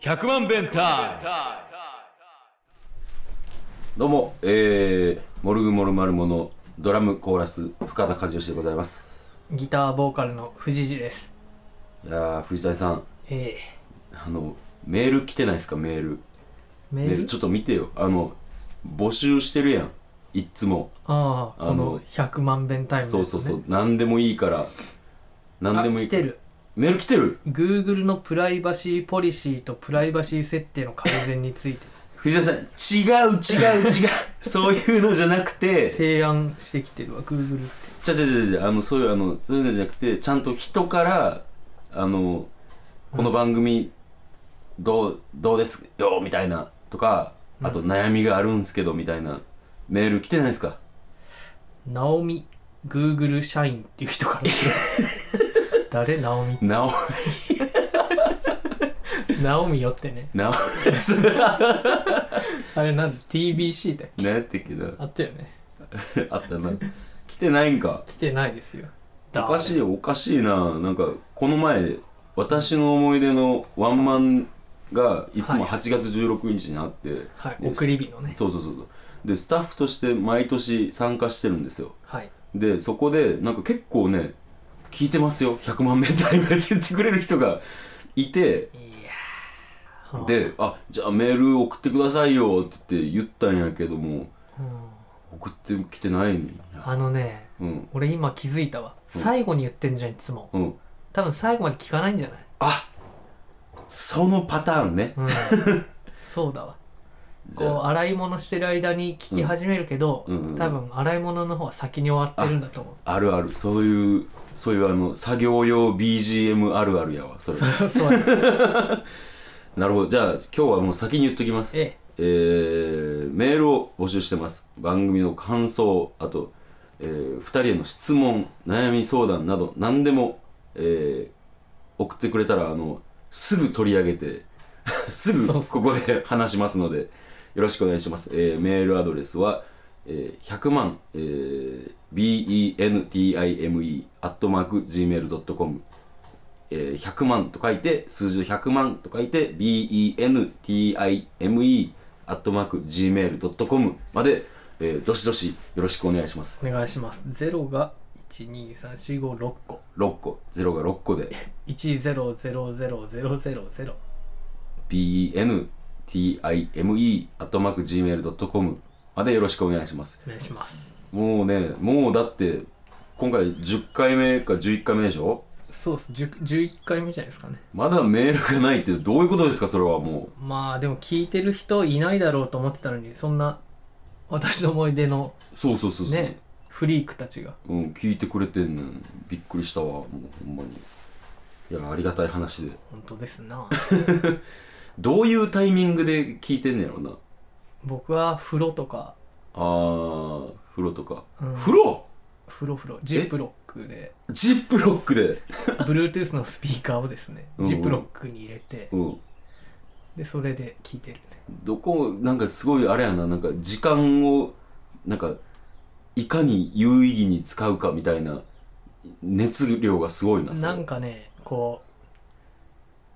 100万弁タイどうも、えー、モルグモルマルモのドラムコーラス深田和義でございますギターボーカルの藤次です。いやー藤谷さんええあのメール来てないですかメールメメーールルちょっと見てよあの募集してるやんいっつも、ああ、あのこの100万遍タイムですそね。うそうそう何でもいいから何でもいいあ来てる。メール来てる Google のプライバシーポリシーとプライバシー設定の改善について 藤谷さん違う違う違うそういうのじゃなくて提案してきてるわ、Google って。ちゃちゃちゃちゃあのそういうあのそういうのじゃなくてちゃんと人からあのこの番組どうどうですよみたいなとかあと悩みがあるんすけどみたいなメール来てないですかナオミ、Google 社員っていう人から来 てる誰ナオミ。なおナオミよってね。なおあれなんだ、TBC だっけ何やってっけどあったよね。あったな来てないんか来てないですよ。おかしい。いおかしいななんかこの前私の思い出のワンマンがいつも8月16日にあって、はい、で送り火のね。そうそうそうそうでスタッフとして毎年参加してるんですよはい。でそこでなんか結構ね聞いてますよ100万名タイムって言ってくれる人がいていやー、で「あじゃあメール送ってくださいよ」って言って言ったんやけどもうん送ってきてないねんなあのね、うん俺今気づいたわ。最後に言ってんじゃん、いつも。うん多分最後まで聞かないんじゃないあそのパターンねうん。そうだわ。じゃこう、あ洗い物してる間に聞き始めるけど、うんうんうん多分洗い物の方は先に終わってるんだと思う。あるあるそういうそういうあの作業用 BGM あるあるやわそれそうそうや。なるほどじゃあ今日はもう先に言っときますええーメールを募集してます番組の感想あと、え2人への質問悩み相談など何でも、えー送ってくれたらあのすぐ取り上げて すそぐうっすねここで話しますのでよろしくお願いします、えーメールアドレスは、えー100万、えー bentime アットマーク gmail.com えー100万と書いて、数字の100万と書いて、bentime、アットマーク、gmail.com まで、えーどしどしよろしくお願いします。えお願いします。0が12345個。 6個、0が6個で、 1000000。 bentime、アットマーク、gmail.com までよろしくお願いします。お願いします。もうね、もうだって、今回10回目か11回目でしょそうっす。10 11回目じゃないですかね。まだメールがないってどういうことですか、それはもまあでも聞いてる人いないだろうと思ってたのに、そんな私の思い出のう。そうそうそうそう。ね、フリークたちが。うん、聞いてくれてんねん。びっくりしたわ、もうほんまに。いや、ありがたい話で。本当ですなどういうタイミングで聞いてんねやろな。僕は風呂とかあー、風呂とか。うん風呂風呂風呂ジップロックでジップロックで。 Bluetooth のスピーカーをですねうんうんジップロックに入れてうん。でそれで聞いてるねどこ、なんかすごいあれやな、なんか時間を、なんか、いかに有意義に使うかみたいな、熱量がすごいな、それなんかねこう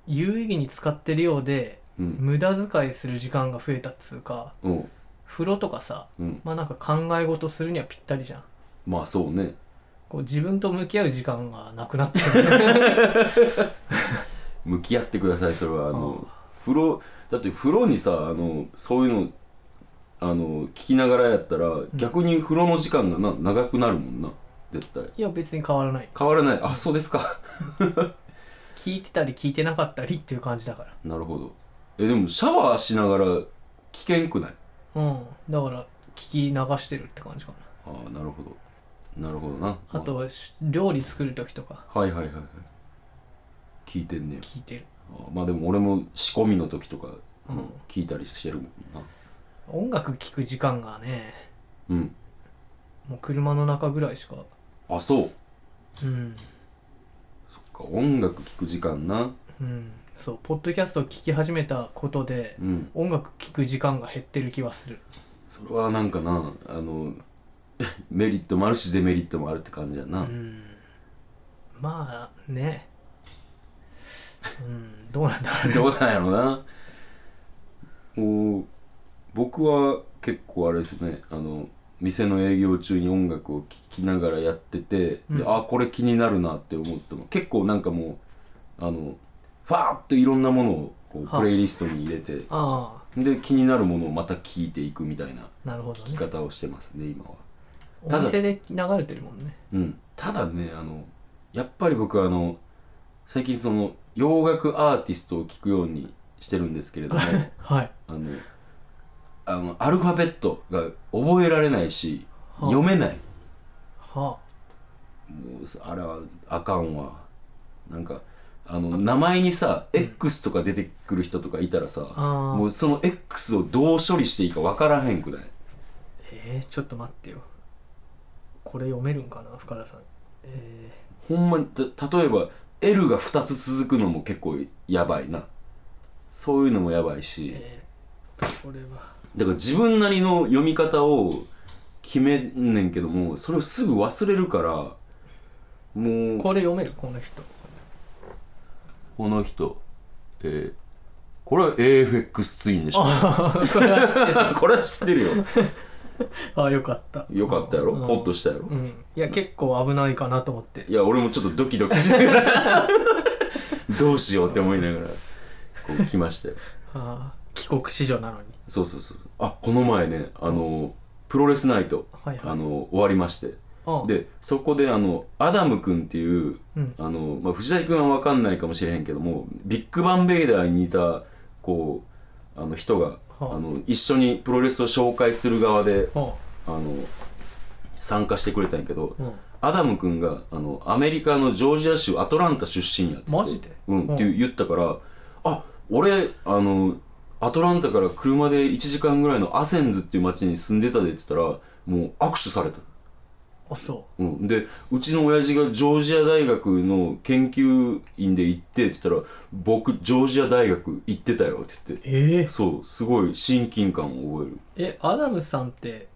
有意義に使ってるようでうん。無駄遣いする時間が増えたっつうかうん。風呂とかさうん。まあなんか考え事するにはぴったりじゃんまあそうね。こう自分と向き合う時間がなくなってる 向き合ってくださいそれはあのあ風呂だって風呂にさあのそういうのあの聞きながらやったら、逆に風呂の時間がな長くなるもんな絶対いや別に変わらない変わらないあそうですか 聞いてたり聞いてなかったりっていう感じだからなるほどえでもシャワーしながら危険くないうんだから聞き流してるって感じかなああなるほどなるほどなあとし料理作る時とかまあはいはいはいはい聞いてんねや聞いてるあーまあでも俺も仕込みの時とか、うん聞いたりしてるもんな音楽聞く時間がねうんもう車の中ぐらいしかあそううんそっか音楽聞く時間なうんそうポッドキャストを聞き始めたことでうん音楽聞く時間が減ってる気はするそれはなんかなあの メリットもあるしデメリットもあるって感じやな、うんまあねうんどうなんだろうねどうなんやろなもう僕は結構あれですねあの店の営業中に音楽を聴きながらやってて、うんであこれ気になるなって思っても結構なんかもうあのファーッといろんなものをこうはプレイリストに入れてあで気になるものをまた聴いていくみたいなあなるほど聴きね方をしてますね今は。おただ店で流れてるもんねうん、ただねあのやっぱり僕はあの最近その洋楽アーティストを聴くようにしてるんですけれどもはいあのあのアルファベットが覚えられないしは読めないはもうさあれはあかんわなんかあの名前にさ X とか出てくる人とかいたらあさあもーうその X をどう処理していいかわからへんくないえー、ちょっと待ってよこれ読めるんかな深田さんえほんまにた例えば L が2つ続くのも結構やばいなそういうのもやばいし、ー、えー、これはだから自分なりの読み方を決めんねんけどもそれをすぐ忘れるからもうこれ読めるこの人この人えー、これは AFX ツインでしょそれは知って たこれは知ってるよああよかったよかったやろうんホッとしたやろうんいや結構危ないかなと思っていや俺もちょっとドキドキしながら どうしようって思いながらこう来ましたよああ帰国子女なのにそうそうそうそうあこの前ねあのプロレスナイトはいはいあの終わりましてああでそこであのアダム君っていううんあの、まあ、藤崎君は分かんないかもしれへんけどもビッグバンベイダーに似たこうあの人が、はああの一緒にプロレスを紹介する側でああの参加してくれたんやけど、あうんアダム君があのアメリカのジョージア州アトランタ出身やっつってマジでうん、うんって言ったからあ俺あのアトランタから車で1時間ぐらいのアセンズっていう町に住んでたでって言ったらもう握手された。あそううん、でうちの親父がジョージア大学の研究員で行ってって言ったら「僕ジョージア大学行ってたよ」って言ってええそうすごい親近感を覚えるえアダムさんって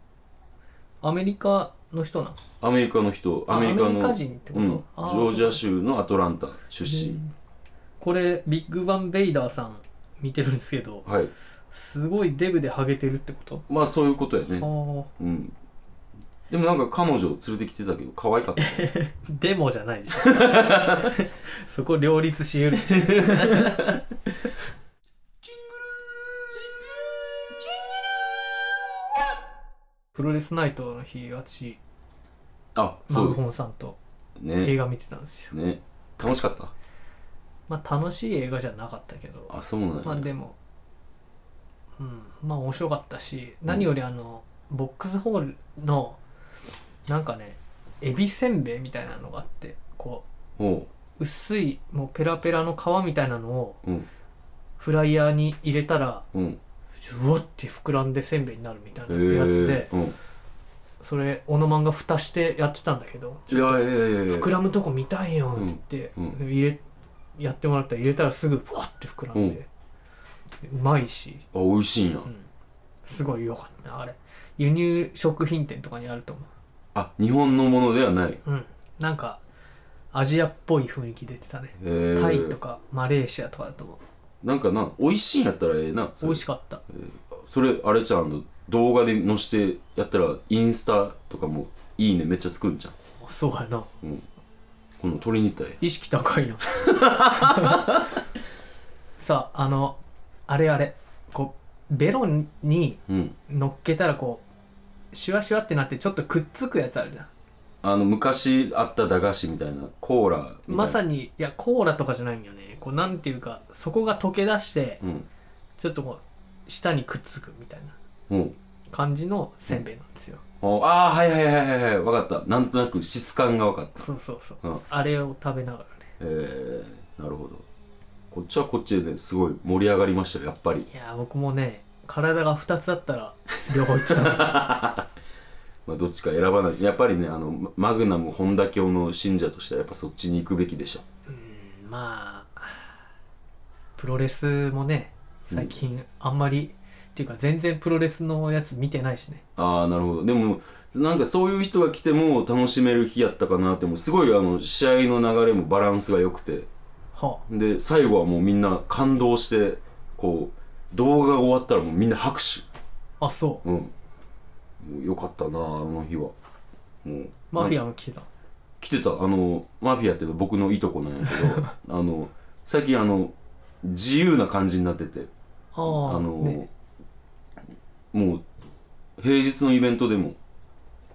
アメリカの人なのアメリカの人あアメリカのアメリカ人ってこうとん、ジあーョージア州のアトランタ出う身んこれビッグバンベイダーさん見てるんですけどはいすごいデブでハゲてるってことまあそういうことやねああうんでもなんか彼女を連れてきてたけど可愛かったデモじゃ ないでしょそこ両立し得るプロレスナイトの日私あマそグうホンさんと映ね画見てたんですよね楽しかったまあ楽しい映画じゃなかったけどあそうなんや、まあでも、うん、まあ面白かったし、何よりあの、ボックスホールの、なんかね、エビせんべいみたいなのがあって、こほう、薄い、もうペラペラの皮みたいなのを、ううんフライヤーに入れたら、うんうわって膨らんでせんべいになるみたいえなやつで、うん、それ、オノマンが蓋してやってたんだけど、いやいやいやいや膨らむとこ見たいよってうん言っうんて、入れ、やってもらったら入れたらすぐ、ふわって膨らんで、うまいし、あ美味しいんや、うんすごい良かったなあれ輸入食品店とかにあると思あ日本のものではないへううんなんかアジアっぽい雰囲気出てたねえタイとかマレーシアとかだと思うなんかな美味しいんやったらええなそ美れ味しかったそれあれちゃんあの動画で載してやったらインスタとかもいいねめっちゃつくんじゃんそうやなこの鶏肉体意識高いよ さああのあれあれこうベロにうん乗っけたらこうシュワシュワってなってちょっとくっつくやつあるじゃんあの昔あった駄菓子みたいなコーラみたいなまさににいやコーラとかじゃないんだよねこうなんていうかそこが溶け出してうんちょっとこう舌にくっつくみたいなうん感じのせんべいなんですよ、ああーはいはいはいはいはい分かったなんとなく質感が分かったそうそうそう、うんあれを食べながらねえー、なるほどこっちはこっちでねすごい盛り上がりましたよやっぱりいやー僕もね体が2つあったら両方いって たまあ、どっちか選ばないやっぱりねあのママグナム本田教の信者としてはやっぱそっちに行くべきでしょうんまあプロレスもね最近あんまり、っていうか全然プロレスのやつ見てないしねああなるほどでもなんかそういう人が来ても楽しめる日やったかなってもうすごいあの試合の流れもバランスが良くてはで最後はもうみんな感動してこう動画が終わったらもうみんな拍手あそううんもうよかったなあの日はもうマフアィアも来てた来てたあのマフィアって僕のいとこなんやけどあの最近あの自由な感じになっててあああの、ね、もう平日のイベントでも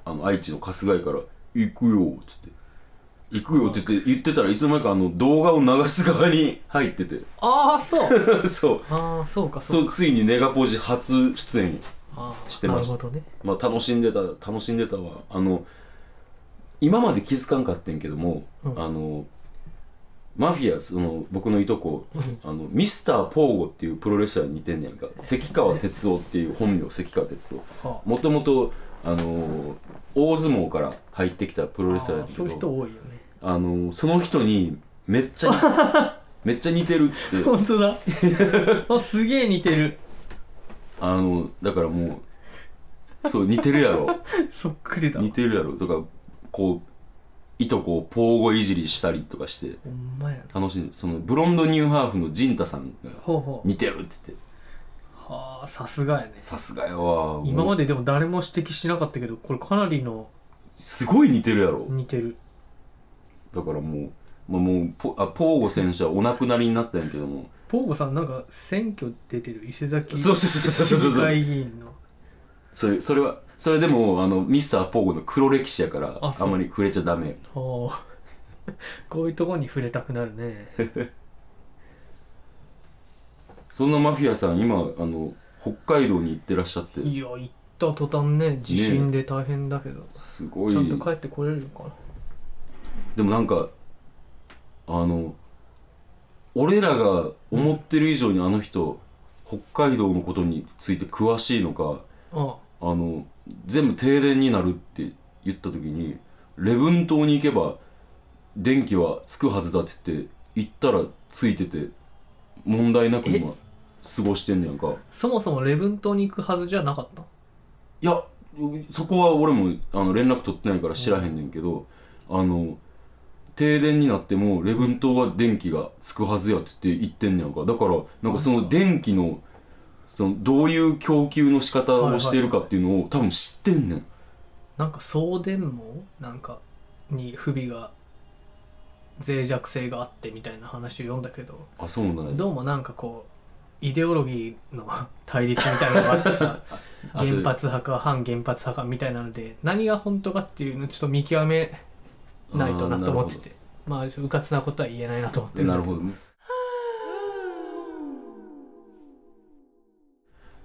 あの愛知の春日井から「行くよ」っつって「行くよ」って言って言ってたらいつの間にかあの動画を流す側に入って てああそ うそうああそうかそそううかついにネガポジ初出演ああしてましたなるほどねまあ楽しんでた楽しんでたわあの今まで気づかんかってんけども、うんあのマフィアその僕のいとこうんあのミスター・ポーゴっていうプロレスラーに似てんねやんか関川哲夫っていう本名関川哲夫はもともとあのー大相撲から入ってきたプあロレスラーあやあったそういうけど人多いよねあのーその人にめっちゃ めっちゃ似てるっつって本当だ あすげえ似てるあのだからもうそう似てるやろそっくりだ似てるやろとかこういとこをポーゴいじりしたりとかしてほんまやな楽しんでそのブロンドニューハーフのジンタさんがほうほう似てるっつってはあさすがやねさすがやわ今もまうででも誰も指摘しなかったけどこれかなりのすごい似てるやろ似てるだからもう、まあ、もうポあポーゴ選手はお亡くなりになったんやけどもポーゴさんなんか選挙出てる伊勢崎そうそうそうそうそう市議会議員のそれ、それは、それでも、あの、ミスターポーゴの黒歴史やから、ああそうんまり触れちゃダメ。ほうこういうとこに触れたくなるねそんなマフィアさん、今、あの、北海道に行ってらっしゃって、いや行った途端ね地震で大変だけど、すごいちゃ、んと帰ってこれるのかなでもなんか、あの、俺らが思ってる以上にあの人、北海道のことについて詳しいのか、ああの、全部停電になるって言った時に、礼文島に行けば、電気はつくはずだって言って、行ったらついてて、問題なく今、過ごしてんねやんか。そもそも礼文島に行くはずじゃなかったいや、そこは俺も、あの、連絡取ってないから知らへんねんけど、あの、停電になっても、礼文島は電気がつくはずやって言って行ってんねやんか。だから、なんかその電気の、その、どういう供給の仕方をしてるかっていうのを多分知ってんねん。なんか送電網なんかに不備が脆弱性があってみたいな話を読んだけどあ、そうなんや。どうもなんかこうイデオロギーの対立みたいなのがあってさ あ原そ発れ派か反原発派かみたいなので何が本当かっていうのをちょっと見極めないとなと思っててまあうかつなことは言えないなと思ってるんだなけるほどね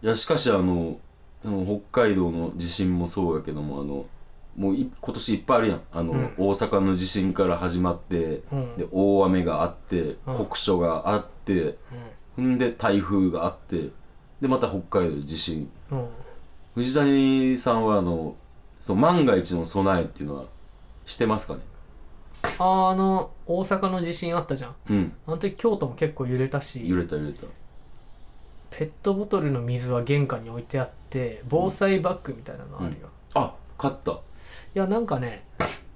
いやしかしあのあの北海道の地震もそうやけどもあのもうい今年いっぱいあるやんあの、うん大阪の地震から始まってうんで大雨があってうん酷暑があって、ほんで台風があってでまた北海道地震うんうん藤谷さんはあのそう万が一の備えっていうのはしてますかねああの大阪の地震あったじゃんうんあの時京都も結構揺れたし揺れた揺れたペットボトルの水は玄関に置いてあって防災バッグみたいなのあるよ、いあ勝ったやなんかね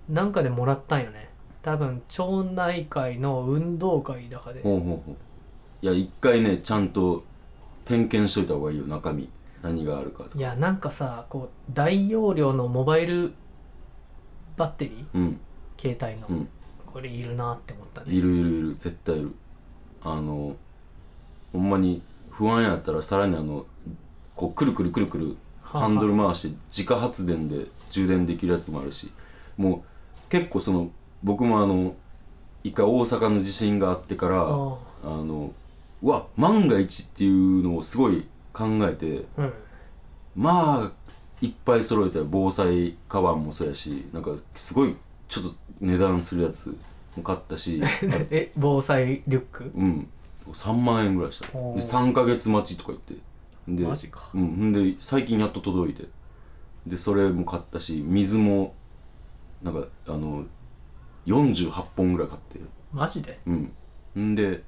なんかでもらったんよね多分町内会の運動会だかでほうほうほういや一回ねちゃんと点検しといた方がいいよ中身何があるかとかいやなんかさこう大容量のモバイルバッテリーうん携帯の、うんこれいるなって思ったねいるいるいる絶対いるあのほんまに不安やったらさらにあのこうくるくるくるくるはあハンドル回して自家発電で充電できるやつもあるしもう結構その僕もあの一回大阪の地震があってからああのうわ万が一っていうのをすごい考えてあうんまあいっぱい揃えたら防災カバンもそうやしなんかすごいちょっと値段するやつも買った しえ防災リュックうん3万円ぐらいしたでおー3ヶ月待ちとか言ってでマジかうんほんで最近やっと届いてでそれも買ったし水もなんかあの48本ぐらい買ってマジでうんほんで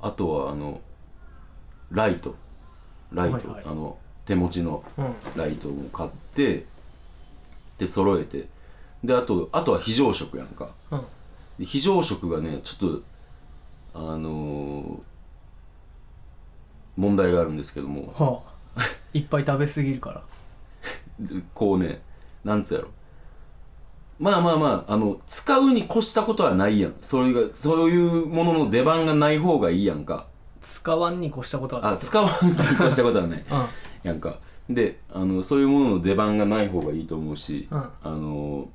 あとはあのライトライト、はいはいあの手持ちのうんライトも買ってで揃えてであとあとは非常食やんかうんで非常食がねちょっとあのー問題があるんですけどもはあ、いっぱい食べすぎるから。でこうねなんつうやろまあまあまああの使うに越したことはないやんそれがそういうものの出番がない方がいいやんか使わんに越したことはあない。使わんに越したことはないうやんかであのそういうものの出番がない方がいいと思うし、うんあの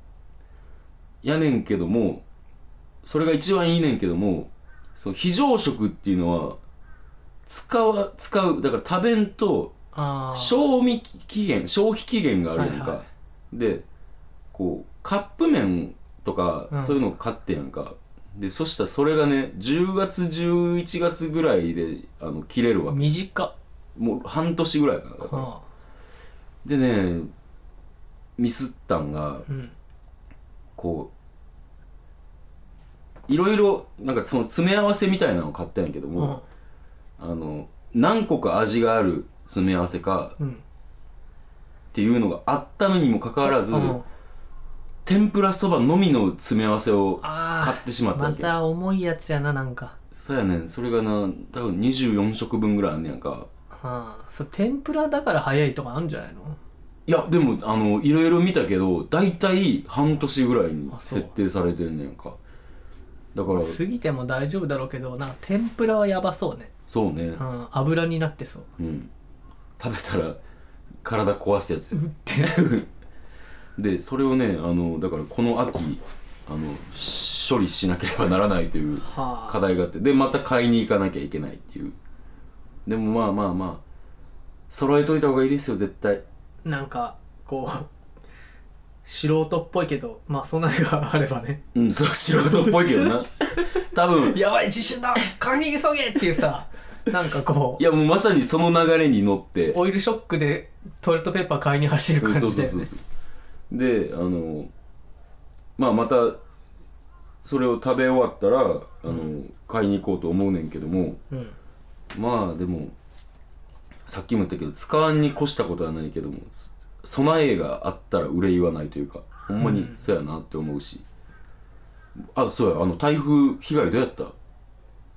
やねんけどもそれが一番いいねんけどもその非常食っていうのは使わ使うだから食べんとああ。賞味期限消費期限があるやんか、はいはでこうカップ麺とか、うんそういうのを買ってやんかでそしたらそれがね10月11月ぐらいであの切れるわけ短っ。もう半年ぐらいかなだからはでねミスったんがあ。うん。こういろいろなんかその詰め合わせみたいなのを買ったんやけどうもん、。あの何個か味がある詰め合わせかうん。っていうのがあったのにもかかわらず、うん天ぷらそばのみの詰め合わせを買あってしまあ。ったわまけ、た重いやつやな、なんか。そうやねんそれがな多分24食分ぐらいあんねやんかはあ。それ天ぷらだから早いとかあるんじゃないのいやでもあのいろいろ見たけど大体半年ぐらいにあそう設定されてんねんかだから過ぎても大丈夫だろうけど、なんか天ぷらはやばそうね。そうねうん。油になってそう。うん食べたら体壊すやつうって。でそれをねあのだからこの秋あのし処理しなければならないというは課あ。題があってでまた買いに行かなきゃいけないっていうでもまあまあまあ揃えといた方がいいですよ絶対なんか、こう、素人っぽいけど、まあ、備えがあればね。うんそう素人っぽいけど な多分いやばい地震だ買いに急げっていう さなんかこうやもうまさにその流れに乗ってオイルショックでトイレットペーパー買いに走るう感んじそで、うね、そうそうそうであのまあまたそれを食べ終わったらあの、買いに行こうと思うねんけどもうんまあでもさっきも言ったけど使わんに越したことはないけどもす備えがあったら憂いはないというかほんまにそうやなって思うし、あそうやあの台風被害どうやった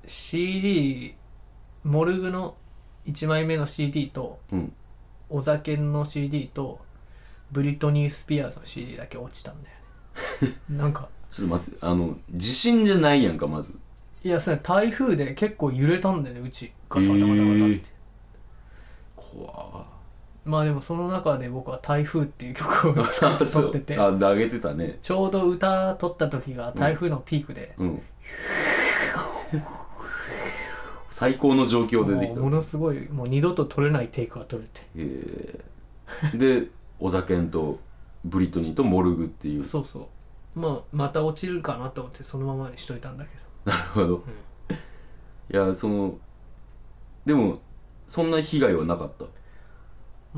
CD モルグの1枚目の CD とうんお酒の CD とブリトニー・スピアーズの CD だけ落ちたんだよ ねなんかちょっと待ってあの地震じゃないやんかまずいやそれ台風で結構揺れたんだよねうちガタガタガタガタって、えー怖っまあでもその中で僕は「台風」ってい う曲を作 って撮っててあ投げてたねちょうど歌撮った時が台風のピークで、うん最高の状況でできもうもたのすごいもう二度と取れないテイクが取れてえーでお酒んとブリトニーとモルグっていうそうそうまあまた落ちるかなと思ってそのままにしといたんだけなるほどいやそのでもそんな被害はなかったど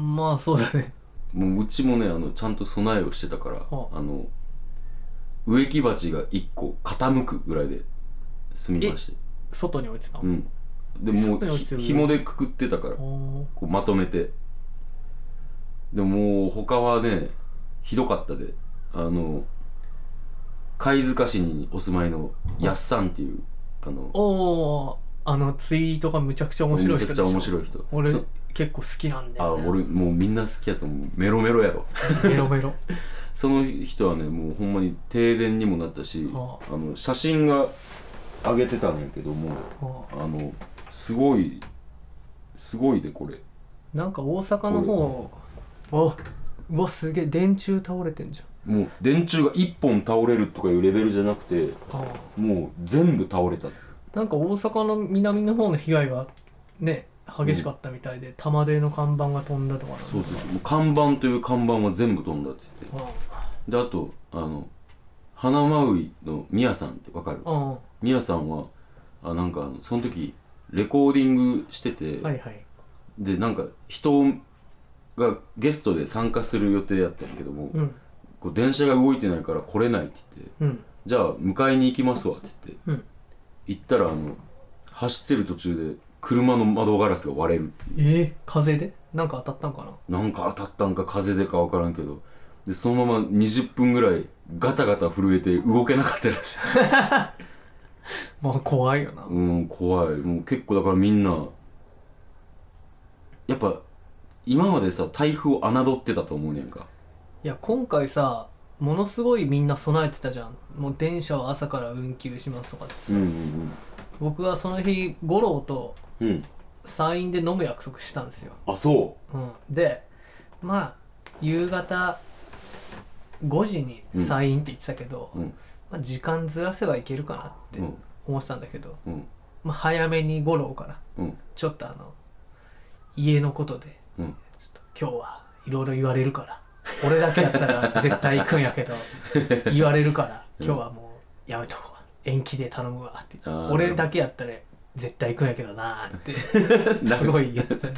まあそうだねもううちもねあのちゃんと備えをしてたから、はあの植木鉢が1個傾くぐらいで済みまして外に置いてたうの、んでもそううなんですひよ紐でくくってたからおーこうまとめてでもう他はねひどかったであの貝塚市にお住まいのやっさんっていうあのおーあのツイートがむちゃくちゃ面白めいちゃくちゃ面い白い人俺そ結構好きなんだあよ、ね、俺もうみんな好きやと思うメロメロやろメロ メロその人はねもうほんまに停電にもなったしはあの写真が上げてたんやけどもああのすごいすごいでこれあなんか大阪の方おうわすげえ電柱倒れてんじもう電柱が1本倒れるとかいうレベルじゃなくてゃんああもう全部倒れたなんか大阪の南の方の被害がね激しかったみたいで、玉出の看板が飛んだとかなんかそうそうそうもう看板という看板は全部飛んだって言ってうんであとあの花まういのみやさんってわかるうんはみやさんはあなんかあのその時レコーディングしてて、いはいでなんか人がゲストで参加する予定やったんやけども、うんこう電車が動いてないから来れないって言ってうんじゃあ迎えに行きますわって言って、うん行ったらあの走ってる途中で車の窓ガラスが割れるっていうええ風でなんか当たったんかななんか当たったんか風でか分からんけどでそのまま20分ぐらいガタガタ震えて動けなかったらしい まあ怖いよな、うん怖いもう結構だからみんなやっぱ今までさ台風を侮ってたと思うねんかいや今回さものすごいみんな備えてたじゃんもう電車は朝から運休しますとかってうんうん僕はその日五郎とうんうん山陰で飲む約束したんですよ、あそうん、でまあ夕方5時にうん山陰って言ってたけど、うんまあ、時間ずらせばいけるかなってうん思ってたんだけど、ううんまあ、早めに五郎からうんちょっとあの家のことでうん ちょっと今日はいろいろ言われるから俺だけだったら絶対行くんやけ ど言われるから今日はもうやめとこう延期で頼むわってあー俺だけやったら絶対行くんやけどなー ってすごい言ってたね、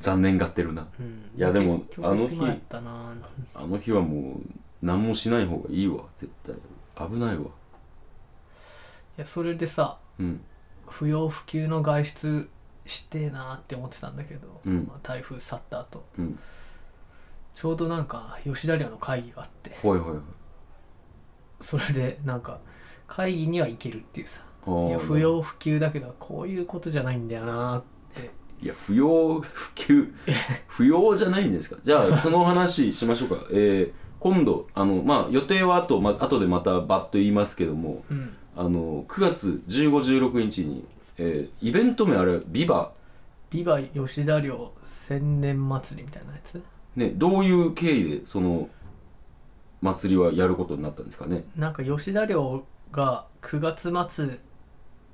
残念がってるなうん、いやでも結局あの日暇やったなあの日はもう何もしない方がいいわ絶対危ないわいやそれでさうん不要不急の外出してーなーって思ってたんだけど、うんまあ、台風去った後うんちょうどなんか吉田寮の会議があってほいほいほいそれでなんか会議には行けるっていうさあーいや不要不急だけどこういうことじゃないんだよなっていや不要不 急不要じゃないんですかじゃあその話しましょうかえー、今度あのまあ予定はあと、ま、後でまたバッと言いますけどもうんあの9月1516日に、えーイベント名あれ「ビバビバ吉田寮千年祭りみたいなやつねどういう経緯でその祭りはやることになったんですかねなんか吉田寮が9月末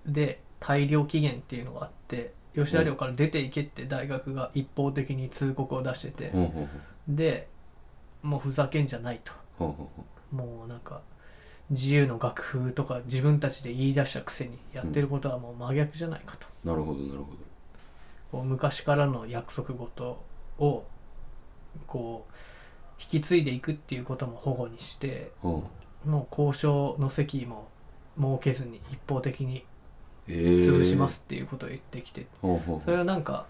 で大量期限っていうのがあって吉田寮から出ていけって大学が一方的に通告を出しててほうほうでもうふざけんじゃないとほうほうほうほもうなんか自由の楽譜とか自分たちで言い出したくせにやってることはもう真逆じゃないかと。うなるほどなるほどこう昔からの約束事をこう引き継いでいくっていうことも保護にしてほうもう交渉の席も設けずに一方的にえー、潰しますっていうことを言ってきて、ほうほうそほうれはなんか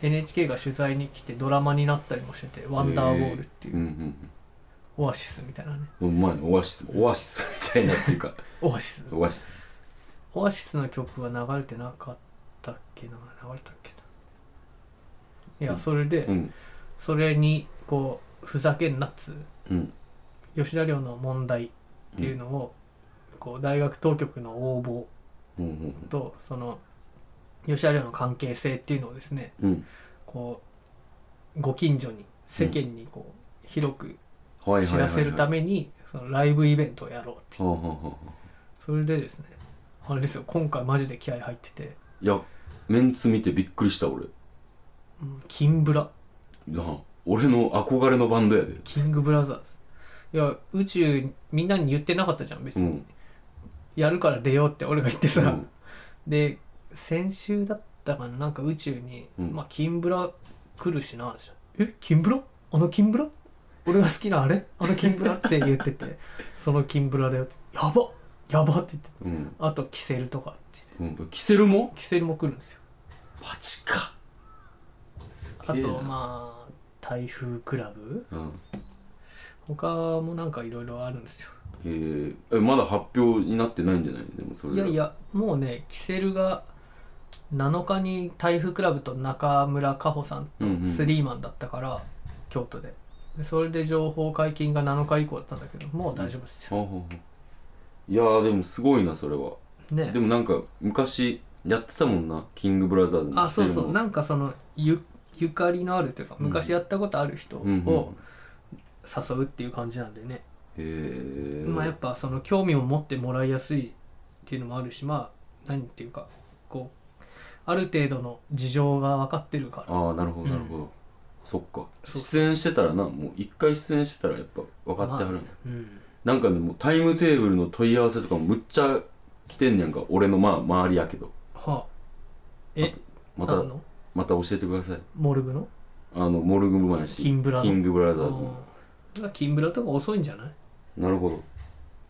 NHK が取材に来てドラマになったりもしてて「ワンダーボール」っていうんううんオアシスみたいなねうんうんまいねオアシスオアシスみたいなってい うかオアシスオアシスオアシスの曲は流れてなかったっけな流れたっけないやそれで、うんそれにこうふざけんなっつううん吉田寮の問題っていうのを、こう大学当局の応募うんうんとその吉田寮の関係性っていうのをですねうんこうご近所に世間にこう、広くはいはいはいはい知らせるためにそのライブイベントをやろうっていうほうほうほうほそれでですねあれですよ今回マジで気合入ってて、ういやメンツ見てびっくりした俺うん、キンブラなあ俺の憧れのバンドやでキングブラザーズいや宇宙みんなに言ってなかったじゃん別うに、んやるから出ようって俺が言ってさ、うんで先週だったかななんか宇宙に、うんまあキンブラ来るしなえキンブラあのキンブラ俺が好きなあれあのキンブラって言って てそのキンブラでやばやばって言っててうんあとキセルとかって言ってうんキセルもキセルも来るんですよマジかすあげえなとまあ台風クラブうん他もなんかいろいろあるんですよえー、えまだ発表になってないんじゃないでもそれいやいやもうねキセルが7日に台風クラブと中村佳穂さんうんうんスリーマンだったから、京都ででそれで情報解禁が7日以降だったんだけどもう大丈夫ですよ、ほうほうほういやーでもすごいなそれはねでもなんか昔やってたもんなキングブラザーズのあそうそセレうモなんかそのゆゆかりのあるというかうん昔やったことある人うんうんを誘うっていう感じなんでね、へえまあやっぱその興味を持ってもらいやすいっていうのもあるしまあ何っていうかこうある程度の事情が分かってるからああなるほどうんなるほど、そっかそう出演してたらなもう一回出演してたらやっぱ分かってはるんや、まあうんなんかでもタイムテーブルの問い合わせとかもむっちゃ来てんねやんか俺のまあ周りやけどはあ、えまあたのまた教えてくださいモルグのあのモルグマやしキンブラのキングブラザーズのうんキンブラとか遅いんじゃないなるほどい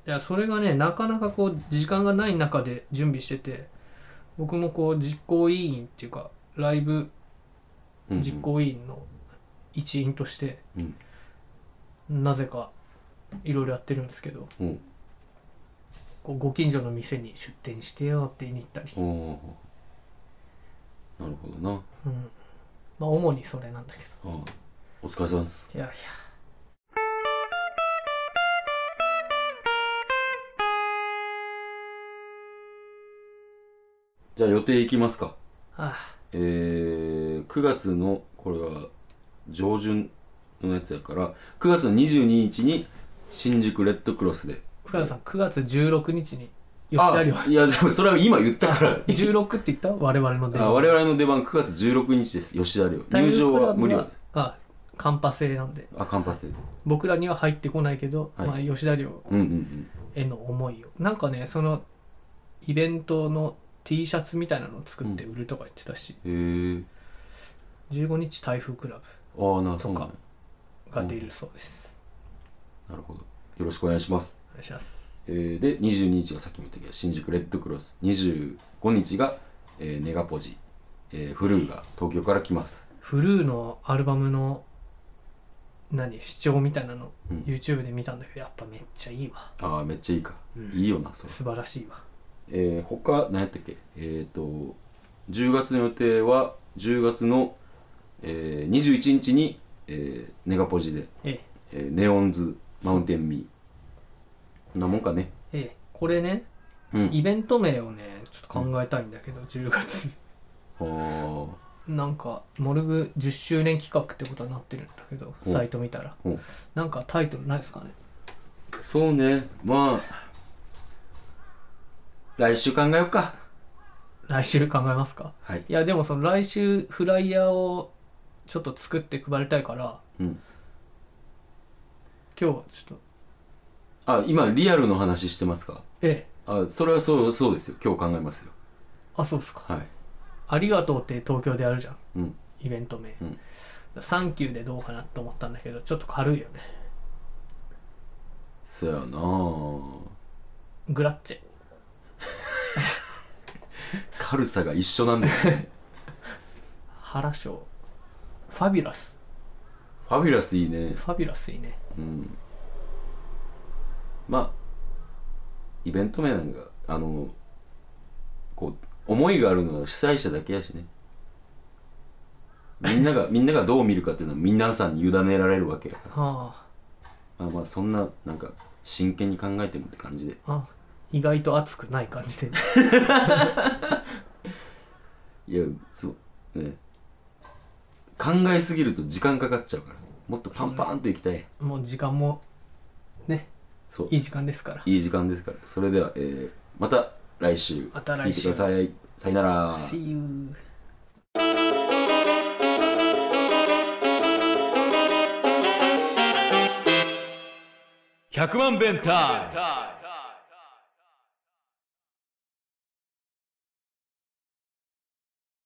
やそれがねなかなかこう時間がない中で準備してて僕もこう実行委員っていうかライブうんうん実行委員の一員として、うんなぜかいろいろやってるんですけどうんこうご近所の店に出店してよって言いに行ったり、おーなるほどなうん、まあ主にそれなんだけうんお疲れ様ですどいやいやじゃあ予定いきますかあえー、9月のこれは上旬のやつやから9月の22日に新宿レッドクロスで深田さん9月16日に吉あ田寮いやでもそれは今言ったから16って言った我々の電あ話我々の出番9月16日です吉田寮タイム入クラブ場は無料ですあカンパ制なんであカンパスで僕らには入ってこないけど、はいまあ、吉田寮うんうんへの思いをなんかねそのイベントの T シャツみたいなのを作って売るとか言ってたし、うんへえ15日台風クラああなそうなんやとブが出るそうです、なるほどよろしくお願いしますお願いしますえーで22日がさっきも言ったけど新宿レッドクロス25日が、えーネガポジ、えーフルーが東京から来ますフルーのアルバムの何視聴みたいなの、うん YouTube で見たんだけどやっぱめっちゃいいわああめっちゃいいか、うんいいよなそれ、素晴らしいわえー、他何やったっけえっ、と10月の予定は10月の、えー、21日に、えーネガポジで、ええーネオンズマウンテンミーこんなもんかねえええこれねうんイベント名をねちょっと考えたいんだけど、10月あーなんかモルグ10周年企画ってことになってるんだけどおサイト見たらおなんかタイトルないですかねそうねまあ来週考えようか来週考えますかはいいやでもその来週フライヤーをちょっと作って配りたいからうん今日はちょっとあ、今、リアルの話してますかええあ、それはそう、そうですよ。今日考えますよ。あそうっすかはい。ありがとうって東京でやるじゃんうん。イベント名、うんサンキューでどうかなと思ったんだけどちょっと軽いよねそやなぁ。グラッチェ軽さが一緒なんですよ。原賞ファビュラス ファビュラスいいね。ファビュラスいいねうん。まあ、イベント名なんか、あの、こう、思いがあるのは主催者だけやしね。みんな が、みんながどう見るかっていうのは皆さんに委ねられるわけやから。あまあまあ、そんな、なんか、真剣に考えてもって感じで。ああ意外と熱くない感じでいや、そう、ね。考えすぎると時間かかっちゃうから。もっとパンパーンといきたい。もう時間もねそう。いい時間ですからいい時間ですから。それでは、えー、また来週。また来聞週いてください。さよなら。 See you !100 万弁タイム